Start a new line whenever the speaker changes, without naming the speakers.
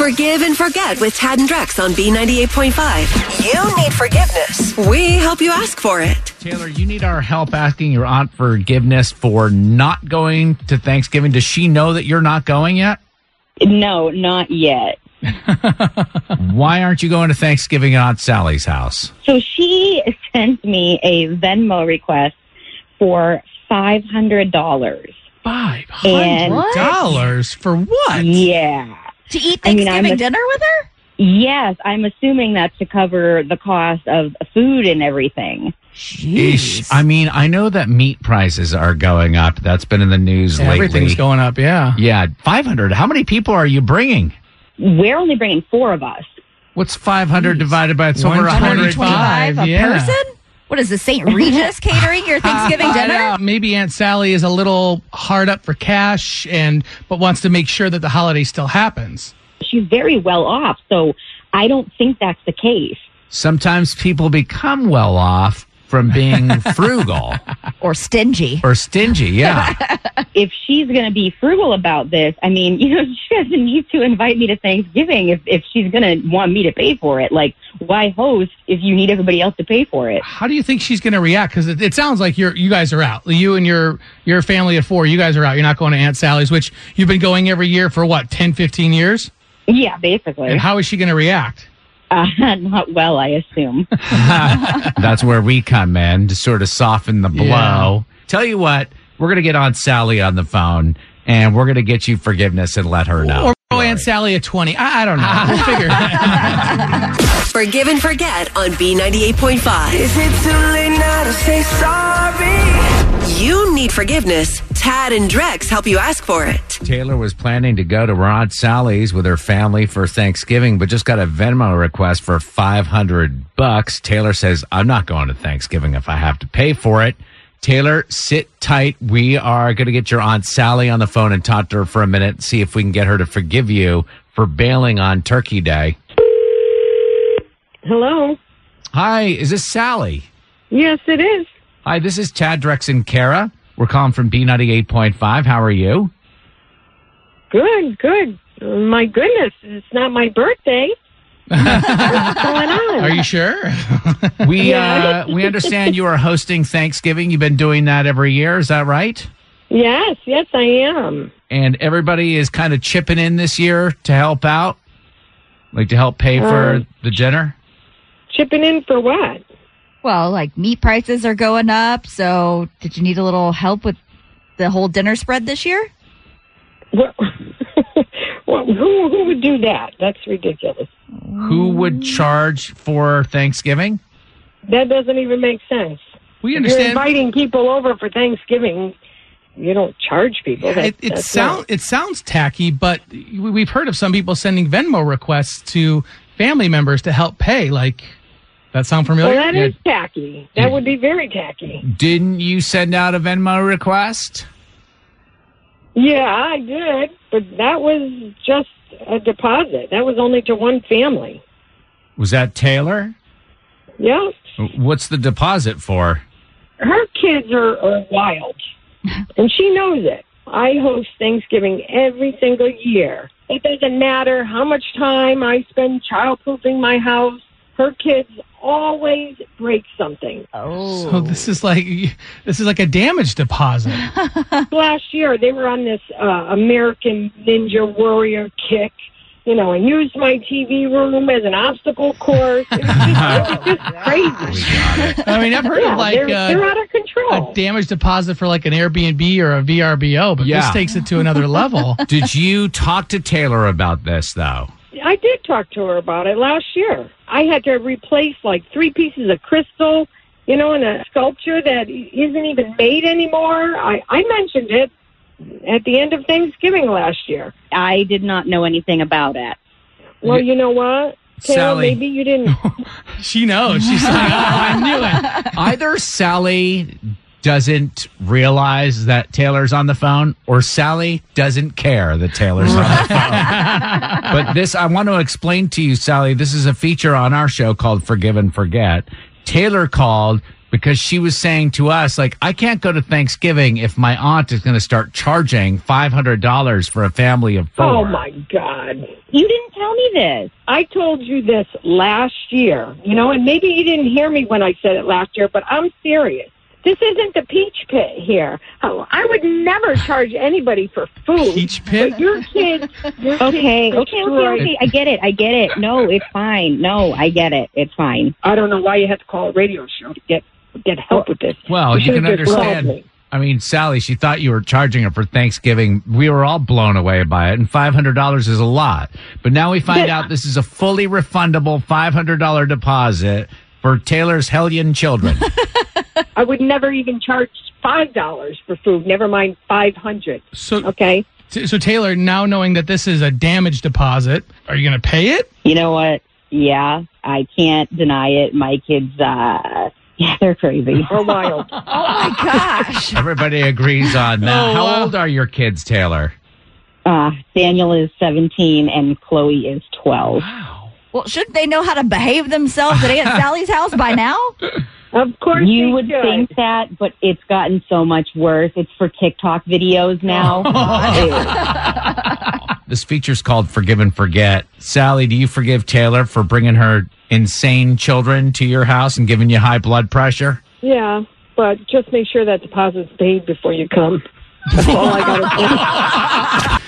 Forgive and forget with Tad and Drex on B98.5. You need forgiveness. We help you ask for it.
Taylor, you need our help asking your aunt forgiveness for not going to Thanksgiving. Does she know that you're not going yet?
No, not yet.
Why aren't you going to Thanksgiving at Aunt Sally's house?
So she sent me a Venmo request for five hundred dollars.
Five
And-
hundred dollars for what?
Yeah.
To eat
I mean,
Thanksgiving
I'm a-
dinner with her?
Yes, I'm assuming that's to cover the cost of food and everything.
Ish. I mean, I know that meat prices are going up. That's been in the news
Everything's
lately.
going up, yeah.
yeah, five hundred. How many people are you bringing?
We're only bringing four of us.
What's five hundred divided by? It's over a hundred
125.
a
yeah.
person? What is this, St. Regis catering your Thanksgiving
I
dinner?
know. Maybe Aunt Sally is a little hard up for cash and but wants to make sure that the holiday still happens.
She's very well off, so I don't think that's the case.
Sometimes people become well off from being frugal
Or stingy.
or stingy. Yeah,
If she's going to be frugal about this, I mean, you know, she doesn't need to invite me to Thanksgiving if, if she's going to want me to pay for it. Like, why host if you need everybody else to pay for it?
How do you think she's going to react? Because it, it sounds like you're you guys are out. You and your your family at four. You guys are out. You're not going to Aunt Sally's, which you've been going every year for what 10, 15 years.
Yeah, basically.
And how is she going to react?
Uh, not well, I assume.
that's where we come in to sort of soften the blow.
Yeah.
Tell you what, we're gonna get Aunt Sally on the phone, and we're gonna get you forgiveness and let her know.
Or throw Aunt Sally at twenty. I, I don't know. We'll figure. it out.
Forgive and forget on B98.5.
Is it too late now to say sorry?
You need forgiveness. Tad and Drex help you ask for it.
Taylor was planning to go to her Aunt Sally's with her family for Thanksgiving, but just got a Venmo request for 500 bucks. Taylor says, I'm not going to Thanksgiving if I have to pay for it. Taylor, sit tight. We are going to get your Aunt Sally on the phone and talk to her for a minute, see if we can get her to forgive you for bailing on Turkey Day.
Hello?
Hi, is this Sally?
Yes, it is.
Hi, this is Tad Drex and Kara. We're calling from B98.5. How are you?
Good, good. My goodness, it's not my birthday. What's going on?
Are you sure?
We uh, we understand you are hosting Thanksgiving. You've been doing that every year. Is that right?
Yes, yes, I am.
And everybody is kind of chipping in this year to help out, like to help pay
Uh,
for the dinner.
Chipping in for what?
Well, like meat prices are going up, so did you need a little help with the whole dinner spread this year?
what well, who, who would do that? That's ridiculous.
Who would
mm.
charge for Thanksgiving?
That doesn't even make sense.
We
You're
understand.
inviting people over for Thanksgiving. You don't charge people. That,
it, it
that's
sounds it sounds tacky, but we- we've heard of some people sending Venmo requests to family members to help pay. Like, that sound
not-
familiar?
Well, that
Yeah.
is tacky. That would be very tacky.
Didn't you send out a Venmo request?
Yeah, I did, but that was just a deposit. That was only to one family.
Was that Taylor?
Yeah,
What's the deposit for?
her kids are, are wild, and she knows it. I host Thanksgiving every single year. It doesn't matter how much time I spend childproofing my house. Her kids always break something.
Oh.
So this is like this is like a damage deposit.
Last year, they were on this uh, American Ninja Warrior kick. You know, and used my TV room as an obstacle course. It was just, it was just crazy.
I mean, I've heard
Yeah,
of like
they're, they're
uh,
out of control.
a damage deposit for like an Airbnb or a VRBO, but
Yeah.
this takes it to another level.
Did you talk to Taylor about this though?
I did talk to her about it last year. I had to replace like three pieces of crystal, you know, and a sculpture that isn't even made anymore. I, I mentioned it at the end of Thanksgiving last year. I did not know anything about it. Well, you know what? Taylor,
Sally.
maybe you didn't.
She knows. She's like, oh, I knew it.
either Sally doesn't realize that Taylor's on the phone or Sally doesn't care that Taylor's on the phone. But this, I want to explain to you, Sally, this is a feature on our show called Forgive and Forget. Taylor called. because she was saying to us, like, I can't go to Thanksgiving if my aunt is going to start charging $500 for a family of four.
Oh my God.
You didn't tell me this.
I told you this last year, you know, and maybe you didn't hear me when I said it last year, but I'm serious. This isn't the peach pit here. Oh, I would never charge anybody for food.
Peach pit?
But your kids, your
Okay, okay,
kids
okay,
destroyed-
okay. I get it. I get it. No, it's fine. No, I get it. It's fine.
I don't know why you had to call a radio show to get get help with this.
Well, you
should've
can
just called
understand.
me.
I mean, Sally, she thought you were charging her for Thanksgiving. We were all blown away by it, and $500 is a lot. But now we find out this is a fully refundable $500 deposit for Taylor's Hellion children.
I would never even charge five dollars for food. Never mind five hundred.
So,
Okay.
t- so Taylor, now knowing that this is a damage deposit, are you going to pay it?
You know what? Yeah, I can't deny it. My kids, uh, yeah, they're crazy.
Or wild.
Oh my gosh.
Everybody agrees on that.
Oh,
How
wow.
old are your kids, Taylor?
Uh, Daniel is 17 and Chloe is 12.
Well, shouldn't they know how to behave themselves at Aunt Sally's house by now?
of course
You
they
would
should.
think that, but it's gotten so much worse. It's for TikTok videos now.
This feature's called Forgive and Forget. Sally, do you forgive Taylor for bringing her insane children to your house and giving you high blood pressure?
Yeah, but just make sure that deposit's paid before you come. That's all I got to say.